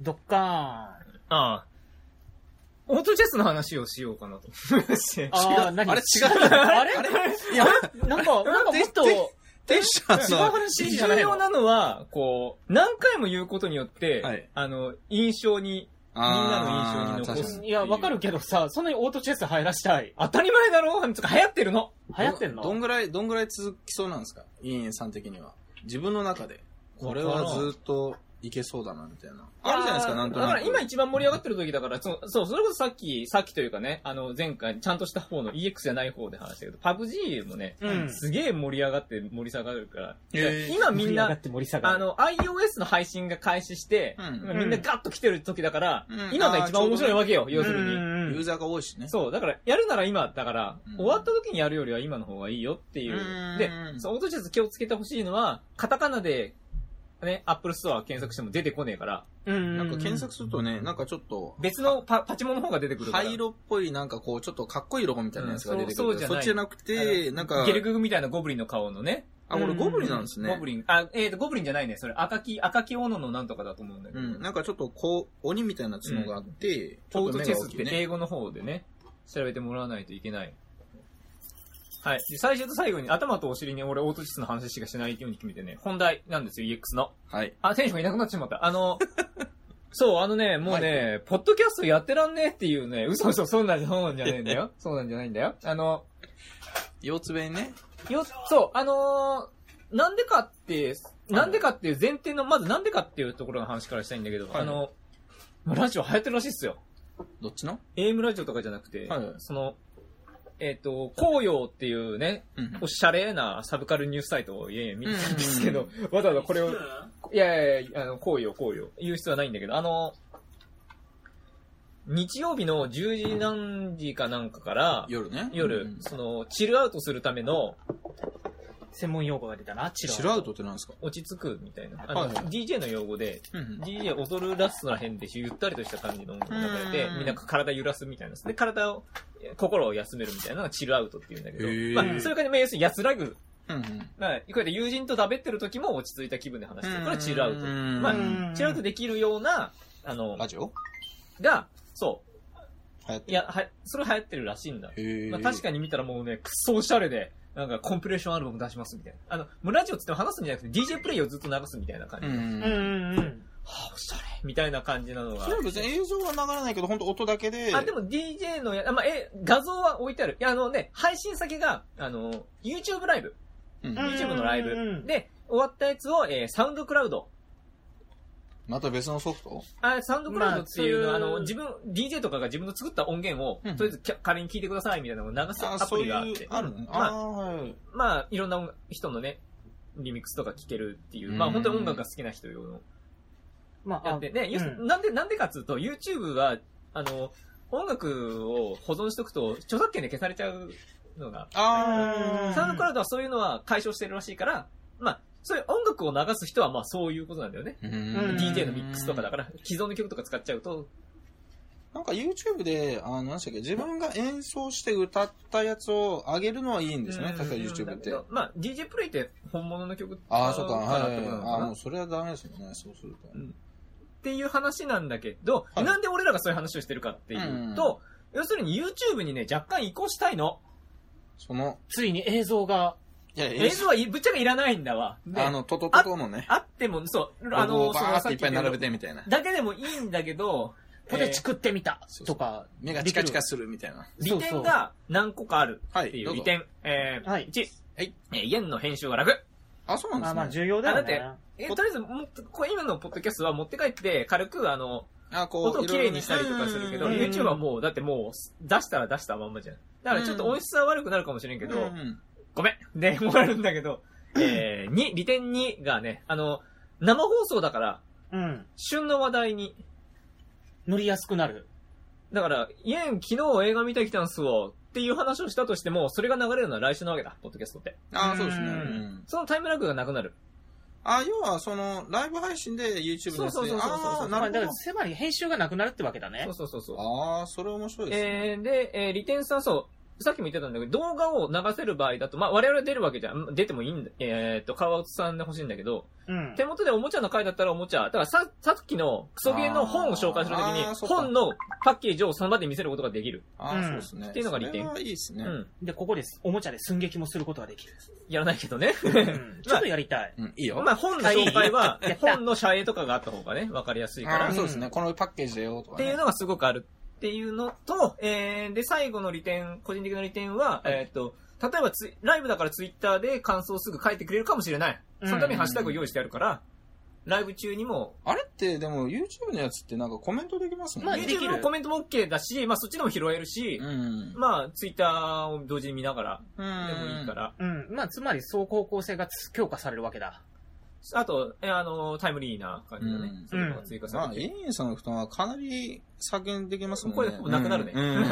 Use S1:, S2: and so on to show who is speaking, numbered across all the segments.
S1: ドッカーン。
S2: ああ。オートチェスの話をしようかなと思いまして。
S1: あ
S3: 違
S1: ー
S3: う
S1: 何
S3: あれ違う
S1: あれ
S3: あれ
S1: いや、なん か、なんかもっと、
S3: テッシャー
S1: 違う
S3: の、
S1: 話じゃな
S2: 重
S1: いの
S2: 要なのは、こう、何回も言うことによって、
S3: はい
S2: あの、印象に、みんなの印象に残す。
S1: いや、わかるけどさ、そんなにオートチェス入らしたい。
S2: 当たり前だろつうか流行ってるの。
S1: 流行ってんの
S3: どんぐらい、どんぐらい続きそうなんですかインエンさん的には。自分の中で。これはずっといけそうだな、みたいな。あるじゃないですか、なんとな
S2: だ
S3: く。
S2: から今一番盛り上がってる時だから、そそう、それこそさっき、さっきというかね、あの、前回、ちゃんとした方の EX じゃない方で話したけど、PUBG もね、
S3: うん
S2: すげえ盛り上がって盛り下がるから、
S3: へー
S2: 今
S1: 盛
S2: みん
S1: り上が
S2: な
S1: っ、て盛り下が
S2: あ
S1: る。
S2: の、iOS の配信が開始して、
S3: うん
S2: 今みんなガッと来てる時だから、
S3: うん
S2: 今が一番面白いわけよ、要するに。
S1: うん
S3: ユーザーが多いしね。
S2: そう、だから、やるなら今、だから、
S3: うん
S2: 終わった時にやるよりは今の方がいいよっていう
S3: う。ーん
S2: で、そう、オートチェス気をつけてほしいのは、カタカナで、ね、アップルストア検索しても出てこねえから、
S1: うん。
S3: なんか検索するとね、なんかちょっと、
S2: 別のパパチモの方が出てくるから。
S3: 灰色っぽい、なんかこう、ちょっとかっこいいロゴみたいなやつが出てくる
S2: うん
S3: けど。
S2: そうそ
S3: そ
S2: う
S3: っ
S2: じ
S3: ちじ
S2: ゃ
S3: ゃなくて、なんか、
S2: ゲルググみたいなゴブリンの顔のね。
S3: あ、これゴブリンなんですね。
S2: ゴブリン。あ、えっ、と、ゴブリンじゃないね。それ、赤き、赤き斧のなんとかだと思うんだけ
S3: う
S2: ど。
S3: ん、なんかちょっとこう、鬼みたいな角があって、ちょ
S2: オ
S3: っ
S2: ー
S3: と
S2: ト
S3: 目
S2: チェ
S3: が大
S2: スっ
S3: きい
S2: て
S3: ね。
S2: 英語の方でね、調べてもらわないといけない。はい。で、最初と最後に頭とお尻に俺オートチェスの話しかしないように決めてね、本題なんですよ、EX の。
S3: はい。
S2: あ、選手がいなくなってしまった。あの、 そう、あのね、もうね、ポッドキャストやってらんねえっていうね、嘘嘘、そうなんじゃ、そうなんじゃねえんだよ。そうなんじゃないんだよ。あの、
S3: 腰つべね。
S2: よ、そう、あのーなんでかって、なんでかっていう前提の、まずなんでかっていうところの話からしたいんだけど、
S3: はい
S2: あの、ラジオ流行ってるらしいっすよ。
S3: どっちの
S2: AM ラジオとかじゃなくて、
S3: はい
S2: その、えっ、と、紅葉っていうね、
S3: うん
S2: おしゃれなサブカルニュースサイトを、いえいえ見てたんですけ
S3: う
S2: ど
S3: ん、
S2: わざわざこれを、いやいやいや、あの、紅葉、紅葉、言う必要はないんだけど、あの、日曜日の10時何時かなんかから、
S3: 夜ね。
S2: 夜、
S3: うん
S2: その、チルアウトするための、
S1: 専門用語が出たな、チ
S3: シ
S1: ロ
S3: ル
S1: ア
S3: ア
S1: ウ
S3: ウ
S1: ト。
S3: トってなんですか
S2: 落ち着くみたいな。あの、
S3: はいはい
S2: DJ の用語で、
S3: うんうん。
S2: DJ 踊るラストら辺でゆったりとした感じの音楽が流れて
S3: う、ん
S2: みんな体揺らすみたいな。で、体を、え心を休めるみたいなのがチルアウトっていうんだけど、
S3: へー
S2: まあ、それから、まあ要するに安らぐ。
S3: うんうん。
S2: まあ、こうやって友人とだべってる時も落ち着いた気分で話してる。これはチルアウト。
S3: うん
S2: ま
S1: うん
S2: あ、チルアウトできるような、あの、
S3: ラジオ
S2: が、そ
S3: 流行って
S2: う。いや、は、それ流行ってるらしいんだ。
S3: へ
S2: まあ、確
S3: か
S2: かに見たらもうね、くっそおしゃれで、なんかコンプレーションアルバム出しますみたいな。あの、もうラジオっつっても話すんじゃなくて DJ プレイをずっと流すみたいな感じ。
S3: う
S2: は
S1: うんん
S3: う。
S1: うんんうん。
S2: あ、おしゃれみたいな感じなのが
S3: それ。は別に映像は流れないけど、本当音だけで。
S2: あ、でも DJ のや、あまあ、え、画像は置いてある。いや、あのね、配信先が、あの、YouTube ライブ。
S3: うん
S2: YouTube のライ
S1: うんうんうん
S2: ブ。で、終わったやつを、えーサウンドクラウド。
S3: また別のソフト
S2: あ、サウンドクラウドっていうのは、
S1: まあ
S2: あ
S1: そういう
S2: の、自分、DJ とかが自分の作った音源を、
S3: うん
S2: とりあえずきゃ仮に聞いてくださいみたいなのを流す
S3: あ、
S2: アプ
S3: そう
S2: リ
S3: いう
S2: があって。、
S3: あるの
S2: ま
S3: あ
S2: あ、
S3: ーはい。
S2: まあ、いろんな音人のね、リミックスとか聴けるっていう、まあ
S3: うん
S2: 本当に音楽が好きな人用の
S1: まあ、
S2: やって、ね、要する
S1: うん
S2: になんで、なんでかっつうと、YouTube は、あの、音楽を保存しとくと、著作権で消されちゃうのが、
S3: あー
S2: サウンドクラウドはそういうのは解消してるらしいから、まあ、そういう音楽を流す人はまあそういうことなんだよね。
S3: うん
S2: DJ のミックスとかだから、既存の曲とか使っちゃうと、
S3: なんか YouTube で、あの、何でしたっけ、自分が演奏して歌ったやつを上げるのはいいんですね、
S2: うん
S3: 確か YouTube って
S2: だけ。どまあ、DJ プレイって本物の曲
S3: ああ、そっか、はいはいはい。
S2: 使うからってことなの
S3: あ
S2: か
S3: あ、
S2: な
S3: もうそれはダメですもんね、そうすると。
S2: っていう話なんだけど、
S3: はい
S2: なんで俺らがそういう話をしてるかっていうと、要するに YouTube にね、若干移行したいの。
S3: その、
S1: ついに映像が、
S3: いや、
S2: 映像はいぶっちゃけいらないんだわ。で
S3: あの、トトトトのね、
S2: あっても、そう、あ
S3: あ
S2: の、
S3: の、バーっていっぱい並
S2: て。
S3: べてみたいな。
S2: だけでもいいんだけど、
S1: ポテチ食ってみた
S3: そう
S1: と
S3: そう
S1: か。
S3: 目がチカチカするみたいな。
S2: 利点が何個かある
S3: は
S2: って
S3: い、
S2: い
S3: ど
S2: う
S3: う
S2: 利
S3: ぞ。
S2: 点。えー、
S1: はい
S2: 1、
S3: はい。
S2: えー、円の編集が楽。
S3: あ、そうなんで
S1: まあ
S3: す
S1: まあ、
S3: ね。
S1: 重要だよね。
S2: えーとりあえずもっと、これ今のポッドキャストは持って帰って、軽く、あの、
S3: あ、こ
S2: 音を
S3: う、
S2: 綺麗にしたりとかするけど、
S1: うん
S2: YouTube はもう、だってもう、出したら出したまんまじゃん。だからちょっと音質は悪くなるかもしれんけ
S3: け
S2: ど、
S3: ど、うん
S2: ごめん。で、終わるんだけど、えー、2、利点2がね、あの、生放送だから、
S1: うん。
S2: 旬の話題に、
S1: 乗りやすくなる。
S2: だから、イエン、昨日映画見てきたんすわ、っていう話をしたとしても、それが流れるのは来週なわけだ、ポッドキャストって。
S3: あ、そうですね。
S1: う
S3: うんん
S2: そのタイムラグがなくなる。
S3: あ、要は、その、ライブ配信で YouTube のやつ
S2: そう
S3: で、
S2: そうそうそう
S3: あー
S1: ま
S3: な
S1: あ、だか
S3: る
S1: ら、つまり編集がなくなるってわけだね
S2: そう。そうそうそう。
S3: ほど。ああ、それ面白いですね。
S2: えー、で、えー、利点3、そう、さっきも言ってたんだけど、動画を流せる場合だと、まあ、我々出るわけじゃん、出てもいいんだ、えーっと、顔を伝んでほしいんだけど、
S1: うん。
S2: 手元でおもちゃの回だったらおもちゃ、だからさ、さっきのクソゲーの本を紹介するときに
S3: あーあー、そっか
S2: 本のパッケージをその場で見せることができる。
S3: ああ、
S1: うん
S3: そうですね。
S2: っていうのが利点
S3: それはいいです
S2: う
S3: ね。
S2: ん。
S1: で、ここです。おもちゃで寸劇もすることができる。
S2: やらないけどね。
S1: うん ちょっとやりたい。
S3: うん、いい よ。
S2: まあ、本の紹介は
S1: やっ、た
S2: 本の謝礼とかがあった方がね、わかりやすいか
S3: あ
S2: ら
S3: ー、そうですね。このパッケージだよと
S2: っ
S3: か
S2: て
S3: ね。
S2: いうのがすごくあるっていうのと、えー、で、最後の利点、個人的な利点は、えーっと、例えばツイライブだからツイッターで感想をすぐ書いてくれるかもしれない。そのためにハッシュタグを用意してあるから、ライブ中にも、
S3: あれって、でも YouTube のやつってなんかコメントできますもん
S1: まあ
S3: ね。
S1: でき
S2: YouTube
S1: る
S2: のコメントも OK だし、まあそっちでも拾えるし、
S3: うん。
S2: まあツイッターを同時に見ながらでもいいから、
S1: うん。まあ、つまり、総高校性がつ強化されるわけだ。
S2: あと、えーあの、タイムリーな感じのね、
S3: うん
S2: そういうのが追加
S3: ま
S2: さ
S3: あ、
S2: れて。
S3: イーンさんの負担はかなり削減できますも
S2: こ
S3: んね。
S2: れでほぼなくなるね。
S3: うんうんう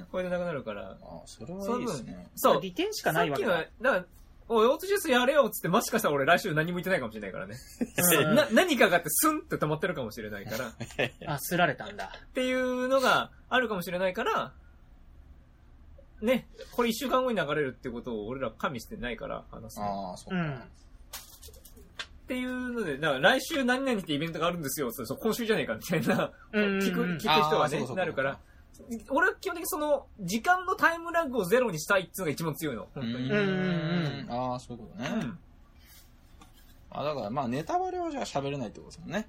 S3: ん
S2: これでなくなるから。
S3: ああ、それはいいですね。
S2: そう。
S1: 利点しかないわけ
S2: さ
S1: だ
S2: っ。きの、だから、おい、オートジュースやれよっつって、もしかしたら俺来週何も言ってないかもしれないからね。
S1: うん
S2: な、何かがあってスンって溜まってるかもしれないから、っ
S1: あ、すられたんだ。
S2: ていうのがあるかもしれないから、ね、これ一週間後に流れるってことを俺ら加味してないから話すの。
S3: ああ、そう
S1: う
S3: か。
S1: ん。
S2: っていうので、だから来週何々ってイベントがあるんですよ、そうそう今週じゃねえかみたいな、
S1: うんうんうん
S2: 聞く、聞く人は
S3: あーそうかそう
S2: ね
S3: かそう、か
S2: なるから。俺は基本的にその、時間のタイムラグをゼロにしたいっていうのが一番強いの、
S3: う
S2: 本
S3: ん
S2: 当に。
S1: ん
S3: うんああ、そういうことね。
S2: うん
S3: あだから、まあ、ネタバレはじゃあ喋れないってことですもんね。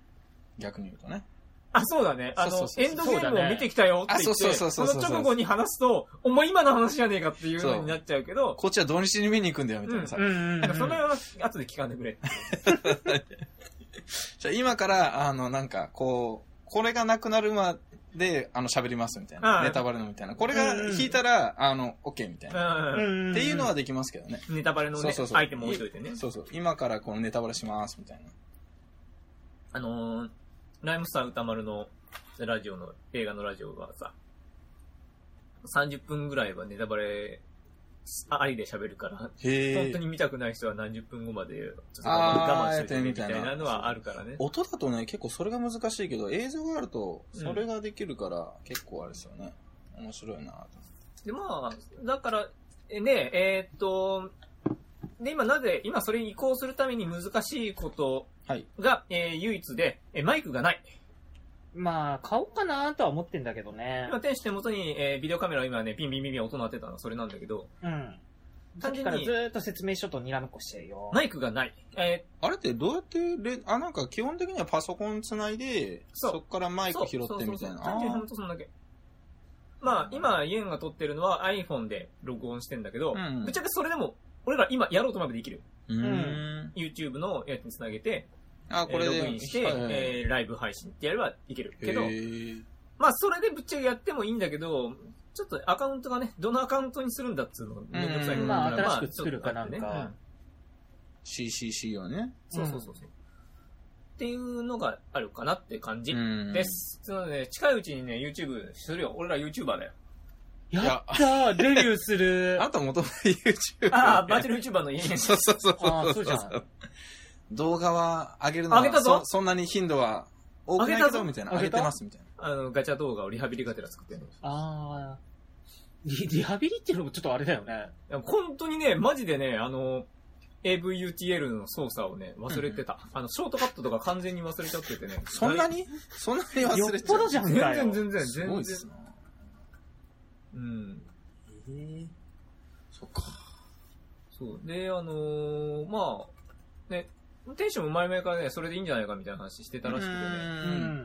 S3: 逆に言うとね。
S2: あ、そうだね。あ
S3: そう
S2: の、
S3: そうそう
S2: エンドゲームを見てきたよって言っ
S3: そうだねあそう
S2: て、
S3: そ
S2: そ
S3: うそう
S2: の
S3: そうそう
S2: 直後に話すと、お前今の話じゃねえかっていうのになっちゃうけど、
S3: こっちは土日に見に行くんだよ、みたいなさ。
S1: うんうん
S2: なん
S1: う
S2: か
S1: ん。
S2: それは後で聞かんでくれ。
S3: じゃあ今から、あの、なんか、こう、これがなくなるまで、あの、喋りますみたい
S2: あ
S3: な。
S2: あ
S3: ネタバレのみたいな。これが引いたら、あの、OK みたいな。
S1: う
S2: うん
S1: んん
S3: っていうのは、できますけどね。
S2: ネタバレの
S3: そう
S2: ね
S3: そう、そう。
S2: アイテム置いといてね。
S3: そうそう。今からこのネタバレします、みたいな。
S2: あのー、ライムスター歌丸のラジオの、映画のラジオはさ、30分ぐらいはネタバレありで喋るから、
S3: へ
S2: 本
S3: え
S2: 当。に見たくない人は何十分後までちょっと
S3: あー
S2: 我慢しといてねみたい
S3: やってみたい
S2: な
S3: な
S2: のはあるからね。
S3: 音だとね、結構それが難しいけど、映像があると、それができるから、結構あれですよね。面白いなと。
S2: で、まあ、だから、えね、えーっと、で、今なぜ、今それに移行するために難しいこと
S3: はい。
S2: が、えー唯一で、えーマイクがない。
S1: まあ、買おうかなとは思ってんだけどね。
S2: 今、天使手元に、えービデオカメラを今ね、ピンピンピンピン音鳴ってたのはそれなんだけど、
S1: うん。さっ
S2: 単
S1: き
S2: 純
S1: からず
S2: に、
S1: ーっと説明書とにらめっこしてるよ。
S2: マイクがない。え
S3: あれってどうやってレ、あ、なんか基本的にはパソコンつないで、
S2: そう
S3: そっからマ
S2: ー
S3: イク拾っ
S2: そ
S3: てみたい
S2: うそうそう
S3: な。
S2: 単純に
S3: あ
S2: 本当そんだけ。まあ、今、ユンが撮ってるのは iPhone で録音してんだけど、
S3: うん
S2: ぶっちゃけそれでも、俺ら今やろうとまでできる。
S3: ーうーん。
S2: YouTube のやつにつなげて、
S3: あ、これ
S2: えー
S3: で。
S2: ログインして、
S3: はいはいはい
S2: えーライブ配信ってやればいけるけど
S3: へ、ー
S2: まあ、それでぶっちゃけやってもいいんだけど、ちょっとアカウントがね、どのアカウントにするんだっつうのがめんどくさい
S3: うん
S2: まあ
S3: まあ
S2: まあ
S1: 新しく作るかなんか
S2: ちょっとあって
S3: CCC をね。
S2: うんそうそうそうそう。っていうのがあるかなって感じ
S3: ん
S2: です。なので、近いうちにね、YouTube するよ。俺ら YouTuber だよ。
S1: やったーデビューする
S3: あ。んたもともと YouTube。
S2: ああ、バーチャル YouTuber の家に。
S3: そうそうそう
S1: あー
S3: そ
S1: そう
S3: う
S1: じゃ
S3: そ
S1: ん
S3: う。動画は上げるの
S2: 上げた
S3: は
S2: ぞ
S3: そそんなに頻度は多くない
S2: 上げ
S3: け
S2: たぞ
S3: どみたいな。
S1: 上
S3: 上
S1: げ
S3: げ
S1: た
S3: てますみたいな。
S2: あの、ガチャ動画をリハビリがてら作ってるの。
S1: あーリリハビリっていうのもちょっとあれだよね。
S2: でも本当にね、マジでね、あの、AVUTL の操作をね、忘れてた。あの、ショートカットとか完全に忘れちゃっててね。
S3: そんなにそんなに
S1: よっ
S3: 忘れちゃ
S1: ぽ
S3: う
S1: どじゃん
S2: 全
S1: かよ。
S2: 然全然全
S3: す
S2: 然。
S3: ごいっすね。
S2: うん。
S3: そっか。
S2: そう。で、あのーまあ、ね、テンションも前々からね、それでいいんじゃないかみたいな話してたらしくてね。
S1: う
S3: うん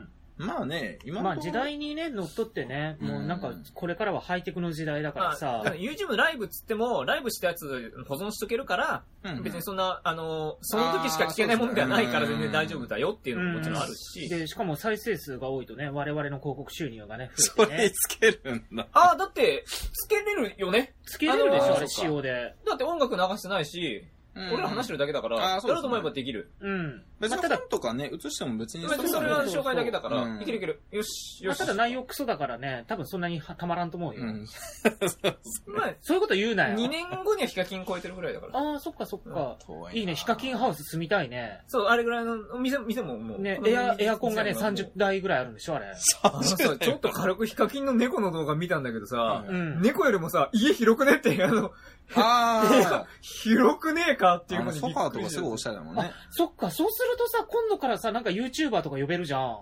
S1: ん。
S3: まあね、今
S1: ま
S3: の
S1: あ
S3: とこ
S1: 時
S3: ろ
S1: 代にね、乗っ取ってね、もうなんか
S3: うん
S1: これからはハイテクの時代だから
S2: まあ
S1: さ
S2: だか。ら YouTube ライブっつっても、ライブしたやつ保存しとけるから、
S3: うんうん
S2: 別にそんな、あのーその時しか聞けないもんではないから
S3: あーそう
S2: 全
S3: ですね
S2: 然大丈夫だよっていうのももちろんあるし。
S1: で、しかも再生数が多いとね、我々の広告収入がね、増
S3: そ
S1: えて
S3: れ
S1: ね。
S3: つけるんだ。
S2: ああ、だって、つけれるよね。
S1: つけれるでし
S2: あ
S1: ょ、
S2: のー
S1: あれ仕様で。
S2: だって音楽流してないし、
S3: うん
S2: 俺ら話してるだけだから、
S3: あ
S2: や
S3: ーそうですね
S2: ろうと思えばできる。
S1: うん。
S3: 別に
S1: まあただ
S3: 本とかね、映しても別に
S2: 別にそれは紹介だけだか
S3: う
S2: ら、
S3: ん
S2: いけるいける。よし、
S1: ま
S2: よ
S1: あ、。
S2: した
S1: だ内容クソだからね、多分そんなにはたまらんと思うよ。
S3: うん。
S2: まあ、
S1: そういうこと言うなよ。
S2: 2年後にはヒカキン超えてるぐらいだから。
S1: ああ、そっかそっか。
S3: 遠
S1: いいね、ヒカキンハウス住みたいね。
S2: そう、あれぐらいの、店、店ももう。
S1: ね
S2: こ、の
S1: エア、エアコンがね、
S2: 店はもう
S1: 30台ぐらいあるんでしょ、あれ。
S2: あ のさ、ちょっと軽くヒカキンの猫の動画見たんだけどさ、
S3: う
S1: うん。
S2: 猫よりもさ、家広くねって、あの、
S3: あ
S2: 広くねえかって
S3: ー
S2: いう
S3: あ
S2: こ
S3: の
S2: とにびっくり
S3: ソファーとかすごいおしゃれだもんね。
S1: そっか、そうするとさ、今度からさ、なんか YouTuber とか呼べるじゃん。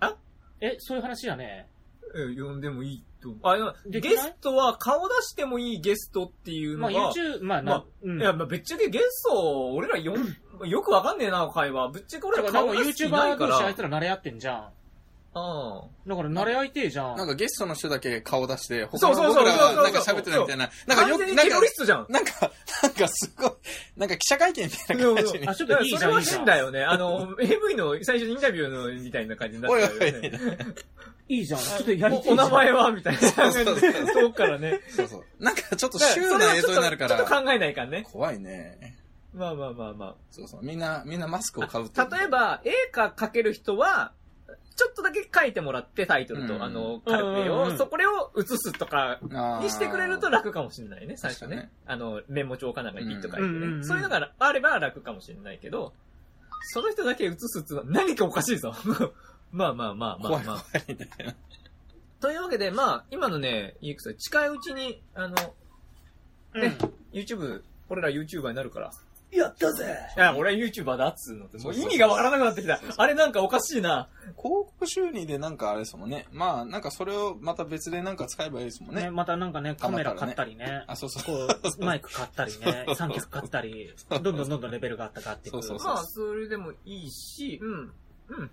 S2: あ
S1: え、そういう話やね。
S2: え呼んでもいいと思う。あ、いや
S1: できない
S2: ゲストは顔出してもいいゲストっていう
S1: ま
S2: の
S1: あ
S2: が、
S1: YouTube、まあ
S2: まあ
S1: な、うん。
S2: いや、まあ、ぶっちゃけゲスト、俺らよん、よくわかんねえな、会話。ぶっちゃけ俺
S1: だ
S2: ら
S1: から
S2: 顔
S1: なん
S2: 出
S1: か
S2: していない
S1: YouTuber 同
S2: から。
S1: 士あいつら慣れ合ってんじゃん。
S2: あ
S1: だから慣れ合いてえじゃん。
S3: なんかゲストの人だけ顔出して、他
S2: そう
S3: の
S2: そう
S3: 僕
S2: そう
S3: らが
S2: そう
S3: な
S2: そ
S3: ん
S2: う
S3: か
S2: そう
S3: 喋ってないみたいな。
S2: あ。
S3: なんかよ
S2: 完全に
S3: な
S2: テ
S3: ん
S2: ロ
S3: か
S2: リ、ストじゃん。
S3: なんか、なんかすごい、なんか記者会見みたいな感じに
S2: いやいや。
S1: あちょっといいじゃん
S2: それはい
S1: いじゃん
S2: 変だよね。あの、AV の最初にインタビューのみたいな感じになっ
S3: おい
S2: て
S3: お
S2: るよね
S3: い。
S1: いいじゃん。ちょっとやりてえじゃ
S2: お
S1: ん
S2: お名前はみたいな感じで
S3: そうそうそう
S2: 遠くからね。
S3: そうそう。なんかちょっと
S2: だから
S3: シューな映像になるか
S2: それはちょっとちょ
S3: ら、
S2: っと考えないからね。
S3: 怖いね。
S2: まあまあまあま
S3: そうそう。みんな、みんなマスクをかぶって
S2: あ。例えば、絵か描ける人は、ちょっとだけ書いてもらってタイトルと、
S3: うん
S2: あの、カルテ
S1: うんうんう
S2: を、
S1: ん
S2: そこれを写すとか
S3: ば
S2: にしてくれると楽かもしれないね、最初
S3: 確かに
S2: ね
S3: ね。
S2: あの、メモ帳かなんかにピッと書いて
S1: うんうんうんう
S2: ね。
S1: ん
S2: そういうのがあれば楽かもしれないけど、その人だけ写すっていうのは何かおかしいぞ。 まあまあまあまあ
S3: 怖い
S2: ま
S3: 怖
S2: あ
S3: い。みたいな。
S2: というわけで、まあ、今のね、イークさん、近いうちに、あの、
S1: うん
S2: ね YouTube、俺ら YouTuber になるから。
S1: やったぜ
S2: いや、俺は YouTuber だっつうのって、も
S3: そう
S2: う
S3: そうそう
S2: 意味がわからなくなってきた。あれなんかおかしいな。
S3: 広告収入でなんかあれですもんね。まあ、なんかそれをまた別でなんか使えばいいですもんね。
S1: ね、またなんかね、カメラ買ったりね。
S3: あ、そうそう。
S1: こう、マイク買った りね、三脚買ったり、どんどんどんどんレベルが上がっていくる。
S3: そうそう
S2: まあ、それでもいいし、うん、うん、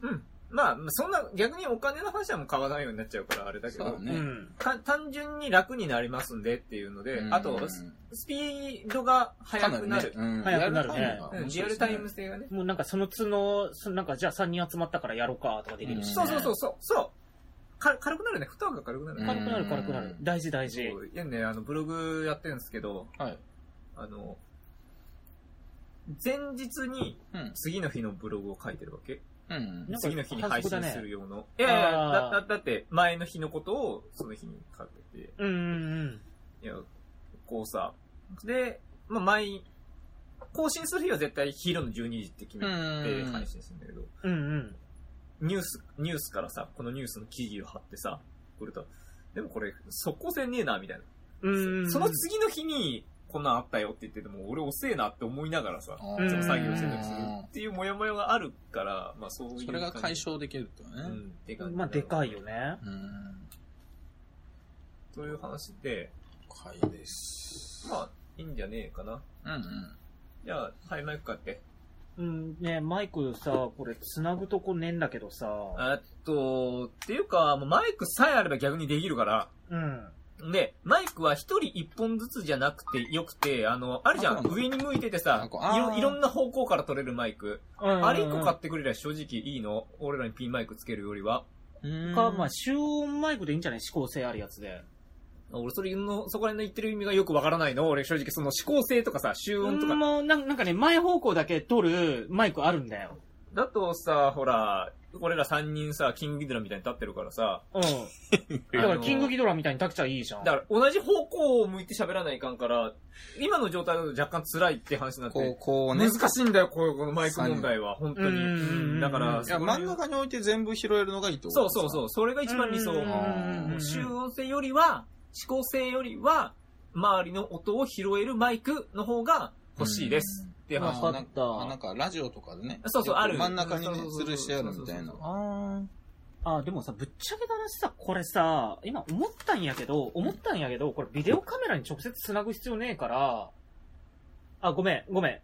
S2: うん。まあ、そんな、逆にお金の話はもう買わないようになっちゃうから、あれだけ
S3: そうだ
S2: ど、
S3: ね。
S1: うん。
S2: た単純に楽になりますんでっていうので、あと、ススピードが速くなる。
S3: うん
S1: 早くなるね
S2: うんリアルタイム。性がね。
S1: もうなんかその都の、そなんかじゃあ3人集まったからやろうかとかできるし、ね。
S2: そうそうそうそう、そう。か軽くなるね。負担が軽くなるね。
S3: うん
S1: 軽くなる軽くなる。大事大事。
S2: そういやね、あの、ブログやってるんですけど、
S3: はい。
S2: あの、前日に
S3: うん。
S2: 次の日のブログを書いてるわけ。
S3: うん。
S1: なんか
S2: 次の日に配信する用の。い
S1: だね
S2: やい
S1: あ
S2: や
S1: ー
S2: だだ、だって前の日のことをその日に書いてて、
S1: うんうんうん。
S2: いや、こうさ、で、まあ、毎、更新する日は絶対昼の12時って決めて配信するんだけど、
S1: うんうん。
S2: ニュース、ニュースからさ、このニュースの記事を貼ってさ、これと、でもこれ、速攻性ねえな、みたいな。
S1: うんうん。
S2: その次の日に、こんなんあったよって言ってても、俺遅えなって思いながらさ、
S1: うん
S2: いつも作業してたりするっていうモヤモヤがあるから、まあそういう。
S3: それが解。消できると
S2: う
S3: ね。
S2: ん、でかい。
S1: まあでかいよ。ね。
S3: うん。
S2: という話で、
S3: 解です。
S2: まあ、いいんじゃねえかな。
S3: うんうん。
S2: じゃあ、はい、マイク買って。
S1: うん、ねマイクさ、これ繋ぐとこねえんだけどさ。
S2: えっと、っていうか、もうマイクさえあれば逆にできるから、
S1: うん。
S2: で、マイクは一人一本ずつじゃなくてよくて、あの、あるじゃ
S3: あ
S2: ん、
S3: そうなんだ
S2: 上に向いてて
S3: あ
S2: さ
S3: こうあ
S2: い
S3: ー
S2: ろ、いろんな方向から撮れるマイク。
S1: あ
S2: あれ一個買ってくれりゃ正直いいの俺らにピンマイクつけるよりは。
S3: うん
S1: か、まあ、集音マイクでいいんじゃない指向性あるやつで。
S2: 俺、それの、そこら辺の言ってる意味がよくわからないの俺、正直その指向性とかさ、集音とか。
S1: もうなんなんかね、前方向だけ撮るマイクあるんだよ。
S2: だとさ、ほら、俺ら3人さ、キングギドラみたいに立ってるからさ、
S1: うん。だからキングギドラみたいにタクちゃんいいじゃん。
S2: だから同じ方向を向いて喋らないかんから、今の状態だと若干辛いって話になっ
S3: こう、
S2: て、
S3: こうね。
S2: 難
S3: い
S2: しいんだよ、こういうこのマイク問題は、本当
S1: うんうんうんう
S2: に。
S1: ん
S2: だから、
S1: い
S3: や、真ん中に置いて全部拾えるのがいいと。
S2: そうそうそうう、それが一番理想。
S1: うん
S2: 集音性よりは、指向性よりは、周りの音を拾えるマイクの方が欲しいです。っていう
S1: わ
S2: 話。
S1: かった
S3: あなんか、ラジオとかでね。
S2: そうそう
S3: よく
S2: ある
S3: 真ん中に
S2: そ
S3: ね
S2: う、そうそう
S3: 吊るしてあるみたいな
S2: そうそう。
S3: あ
S1: あ、でもさ、ぶっちゃけた話さ、これさ、今思ったんやけど、思ったんやけど、これビデオカメラに直接繋ぐ必要ねえから、あ、ごめん、ごめん。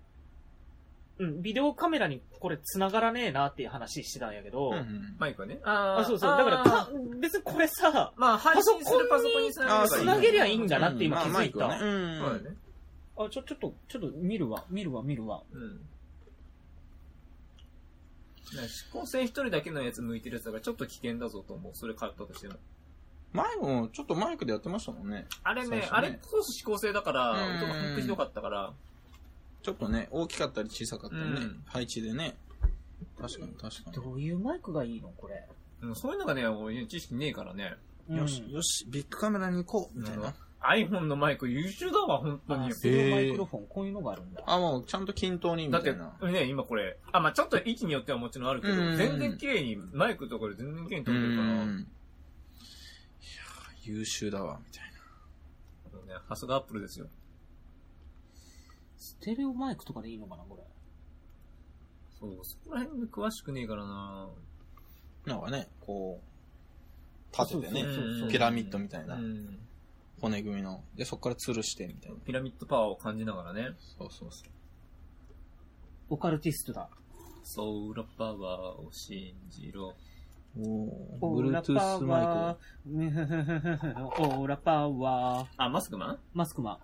S1: うん、ビデオカメラにこれ繋がらねえなっていう話してたんやけど、
S3: ーうん
S2: マイクはね。あ
S1: あ、そうそう、だからた、別にこれさ、
S2: まあ、配信するパソコンにつな
S3: パソコンに
S1: 繋げりゃいいんだなって今気づいた。
S3: まあマイクはね
S2: そううんだね。
S1: あ、ちょ、ちょっと、ちょっと見るわ、見るわ、見るわ。
S2: うん。指向性一人だけのやつ向いてるやつだからちょっと危険だぞと思う。それ買ったとしても。
S3: 前も、ちょっとマイクでやってましたもんね。
S2: あれ
S3: 最
S2: ね、
S3: 初ね
S2: あれコース指向性だから、
S3: うん
S2: 音がほんとひどかったから、
S3: ちょっとね、大きかったり小さかったりね、
S2: うん
S3: 配置でね。確かに確か
S1: どういうマイクがいいのこれ。
S2: うんそういうのがね、俺知識ねえからね。
S1: うん
S3: に。よし、よし、ビッグカメラに行こうみたい
S2: な
S3: な
S2: る。iPhone のマイク優秀だわ、本当
S1: あ
S2: に。
S1: スローマイクロフォン、こういうのがあるんだ。
S3: あ、もうちゃんと均等にみ
S2: だ
S3: た
S2: っ
S3: い
S2: て
S3: な。、
S2: ね、今これ、あ、まあちょっと位置によってはもちろんあるけど、
S3: うん
S2: 全然綺麗に、マイクとかで全然綺麗に撮ってるから、
S3: う
S2: あ
S3: んいやー優秀だわ、みたい
S2: のね、さすがアップルですよ。
S1: ステレオマイクとかでいいのかなこれ。
S2: そう、そこら辺詳しくねえからな
S3: な。なんかね、こう、立ててね
S1: そう、そうそう
S3: ピラミッドみたいな
S2: うん。
S3: 骨組みの。で、そこから吊るして、みたいな。
S2: ピラミッドパワーを感じながらね、
S3: そうそうそう。
S1: オカルティストだ。
S2: ソーラパワーを信じろ。
S3: お
S1: オ
S3: ー、
S1: ーラパ
S3: Bluetooth マイ
S1: ワー。オーラパワー。
S2: あ、マスクマン
S1: マスクマン。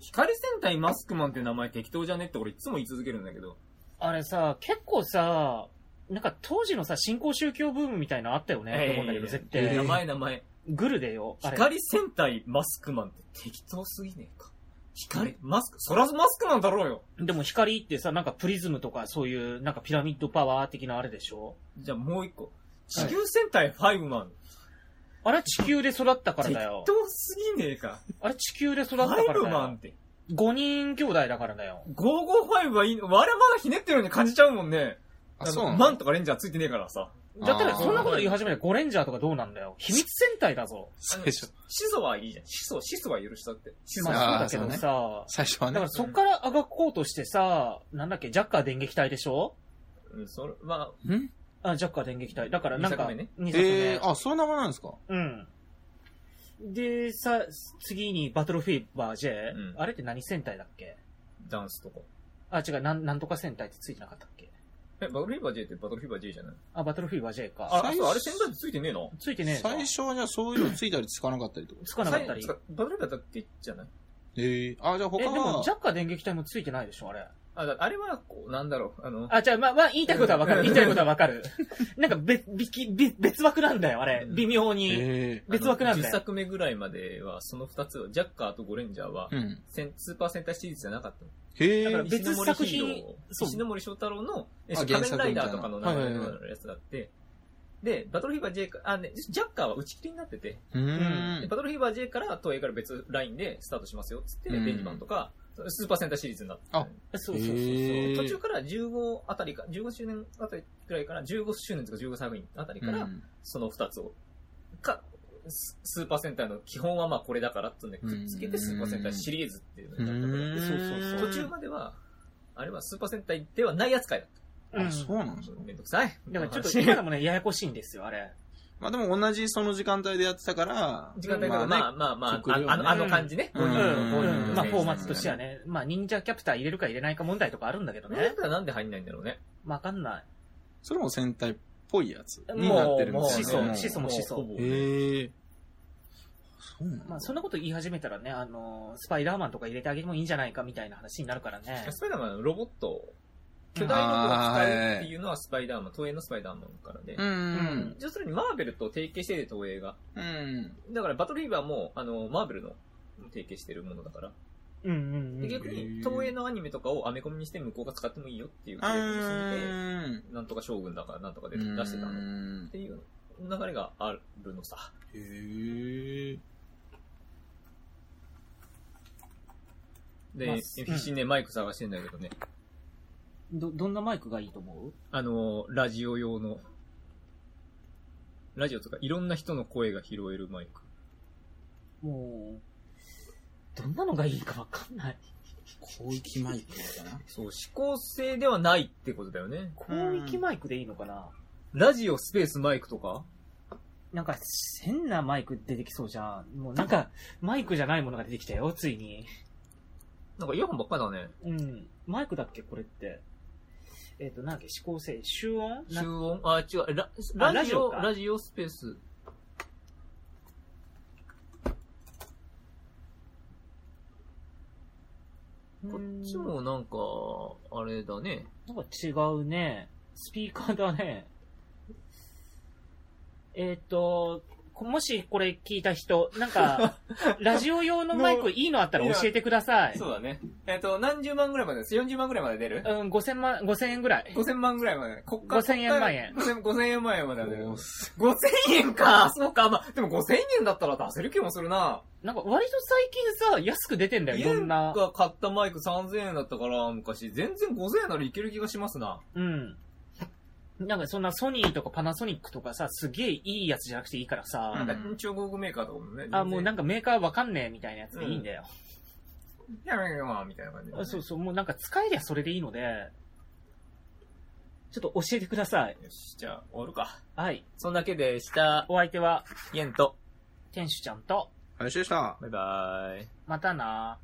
S2: 光戦隊マスクマンっていう名前適当じゃねって俺いつも言い続けるんだけど。
S1: あれさ、結構さ、なんか当時のさ、新興宗教ブームみたいなのあったよね、
S2: え
S1: と
S2: え
S1: 思うんだけど、絶
S3: ええ
S2: 名
S1: 対。
S2: 前名前。
S1: グルでよ、あれ。
S2: 光戦隊マスクマンって適当すぎねえか。光、マスク、そらマスクマンだろうよ。
S1: でも光ってさ、なんかプリズムとかそういう、なんかピラミッドパワー的なあれでしょ
S2: じゃあもう一個。地球戦隊ファイブマン。
S1: あれは地球で育ったから
S2: 適
S1: だよ。
S2: 当すぎねえか。
S1: あれ地球で育っ
S2: フ
S1: たからだ
S2: ァイブマン
S1: よ
S2: っ。て。
S1: 5人兄弟だからだよ。
S2: 555はいいの。我々まだひねってるように感じちゃうもんね。
S3: あ、そうなの
S2: マンとかレンジャーついてねえからさ。
S1: だったら
S3: あー
S1: そんなこと言い始めたらゴレンジャーとかどうなんだよ。秘密戦隊だぞ。
S3: 最初、
S2: 始祖はいいじゃん。始祖、始祖は許したって。始祖は。
S1: ま
S3: あ
S1: あ
S3: ー
S1: そうだけど
S3: そ
S1: さ、
S3: 最初
S1: だ
S3: は
S1: か
S3: ね
S1: ら。そっからあがこうとしてさ、なんだっけ、ジャッカー電撃隊でしょ
S2: うん、それ、まあ、
S3: ん
S1: あ、ジャッカー電撃隊。だからなんか、
S2: 二作目ね
S1: 二作目
S3: えー、あ、そういう名前なんですか
S1: うん。で、さ、次にバトルフィーバー J、
S2: うん
S1: あれって何戦隊だっけ
S2: ダンスとか。
S1: あ、違う、なん、なんとか戦隊ってついてなかったっけ
S2: え、バトルフィーバー J ってバトルフィーバー J じゃない
S1: あ、バトルフィーバー J か。
S2: あ、
S1: あ、
S2: あ
S3: 最
S2: そ
S3: 初
S2: う、あれ戦隊ってついてねえの
S1: ついてねえな
S3: 最初はじゃあそういうのついたりつかなかったりとか。
S1: つかなかったり
S2: 最。バトルフィーバーだってじゃない
S3: えー、あ、じゃあ
S1: え、
S3: 他
S1: でも、
S3: は
S1: ジ、ャッカー電撃隊もついてないでしょ、あれ。
S2: あ、だあれは、こう、なんだろう、あの、
S1: あ、じゃあ、まあ、まあ、言いたいことはわか
S2: う
S1: る。
S2: ん
S1: 言いたいことはわかる。なんか、べ、びき、べ、別枠なんだよ、あれ。微妙に。
S3: え
S1: 別枠なんだよ
S2: あの10作目ぐらいまでは、その2つは、ジャッカーとゴレンジャーは
S3: ー、、うん。
S2: せんスーパー戦隊シリーズじゃなかったの。
S3: へ
S2: だから
S3: え、
S1: 別
S2: 石ノ森
S1: 作品
S2: ヒーロー
S1: そう
S2: 石ノ森章太郎の、え
S3: あ
S2: 仮
S3: 原
S2: 面
S3: 作
S2: ライダーとかの名前
S3: みたいなはいはい
S2: のやつがあって、で、バトルフィーバー J か、あ、ね、ジャッカーは打ち切りになってて、
S3: う
S2: で
S3: ん。
S2: バトルフィーバー J から東映から別ラインでスタートしますよ、つって、
S3: うん
S2: ベニマンとか、スーパー戦隊シリーズになって
S3: あ
S1: そうそうそうそう。
S3: へー
S2: 途中から15あたりか、15周年あたりくらいから、15周年とか15作品あたりから、
S3: うん
S2: その2つを、か、ススーパー戦隊の基本はまあこれだからってんで、くっつけ
S3: う
S2: て
S3: ん
S2: スーパー戦隊シリーズっていうのになった
S3: うん
S1: そうそうそ
S2: から、途中までは、あれはスーパー戦隊ではない扱いだっ
S1: うん
S3: あ、そうなんです
S2: た
S3: よ。。
S2: めんどくさい。
S1: だからちょっ と
S2: 時
S1: 今でもね、ややこしいんですよ、あれ。
S3: まあでも同じその時間帯でやってたから、
S2: 間帯が、
S3: まあね
S2: まあまあまあ、
S3: 極量ね
S2: ああのあの感じね。
S3: うん
S1: うん
S3: うん
S1: うんまあ、
S3: うん
S1: フォーマットとしてはね。まあ、忍者キャプター入れるか入れないか問題とかあるんだけど
S2: ね。
S1: ね
S2: だ。からなんで入んないんだろうね。
S1: わかんない。
S3: それも戦隊っぽいやつになっ
S2: も
S3: て
S2: う、
S3: る
S2: もう、
S3: みたい
S1: 始
S3: な
S1: 祖
S3: ね。もう
S1: 始祖も始祖
S2: ほぼね
S3: へえ。そうなんだ
S1: まあ、そんなこと言い始めたらね、あのースパイダーマンとか入れてあげてもいいんじゃないかみたいな話になるからね。
S2: スパイダーマンのロボットを、巨大ロボットを使うっていうのはスパイダーマン、東映のスパイダーマンからで
S3: う。ん。
S2: 要するにマーベルと提携してる東映が。
S3: うん。
S2: だからバトルフィーバーも、あの、マーベルの提携してるものだから。
S1: うんうんう
S2: で
S1: ん。
S2: 逆に、東映のアニメとかをアメコミにして向こうが使ってもいいよっていう
S3: う
S2: 契約にして
S3: ん。
S2: て、なんとか将軍だからなんとかで出してたの。っ
S3: の。
S2: ていう流れがあるのさ。
S3: へえ。
S2: で、
S1: まあ
S2: 必死にね、マイク探してんだけどね。
S1: ど、どんなマイクがいいと思う
S2: あの、ラジオ用の、ラジオとかいろんな人の声が拾えるマイク。
S1: もう、どんなのがいいかわかんない。
S3: 広域マイクだな。
S2: そう、指向性ではないってことだよね。
S1: 広域マイクでいいのかな、
S2: ラジオスペースマイクとか
S1: なんか、変なマイク出てきそうじゃん。もうなんか、マイクじゃないものが出てきたよ、ついに。
S2: なんかイヤホンばっかだね。
S1: うん。マイクだっけ、これって。えっ、と、なんだっけ、指向性、集音な
S2: 集音あ、違う。ララ
S1: ラ
S2: ジ
S1: ジ
S2: オ
S1: オ
S2: ラ
S1: か
S2: ジオスペース。こっちもなんか、あれだね。
S1: なんか違うね。スピーカーだね。えっ、と、もしこれ聞いた人、なん か、ラジオ用のマイクいいのあったら教えてください。
S2: そうだね。えっ、と、何十万ぐらいまでです。40万ぐらいまで出る
S1: うん、5000万、5000円ぐらい。
S2: 5000万ぐらいまで。国家
S1: 5000円万円。
S2: 国家5000 5000円万円まで出る。
S3: おー
S2: 5000円かそうか。まあ、でも5000円だったら出せる気もするな。
S1: なんか割と最近さ、安く出てんだよ、いろんな
S2: 家。が買ったマイク3000円だったから、昔。全然5000円ならいける気がしますな。
S1: うん。なんかそんなソニーとかパナソニックとかさ、すげえいいやつじゃなくていいから
S2: な
S1: さ
S2: ん、か中国メーカーとかもね。
S1: あ、もうなん
S2: か、
S1: かメーカーわかんねえみたいなやつでいいんだよ。
S2: いやいやいや、みたいな感じでね、
S1: あそうそう、もうなんか使えりゃそれでいいので、ちょっと教えてください。
S2: よし、じゃあ、終わるか。
S1: はい。
S2: そんだけでした。
S1: お相手は、
S2: イエンと。
S1: 天使ちゃんと、
S3: 林でした。
S2: バイバーイ。
S1: またな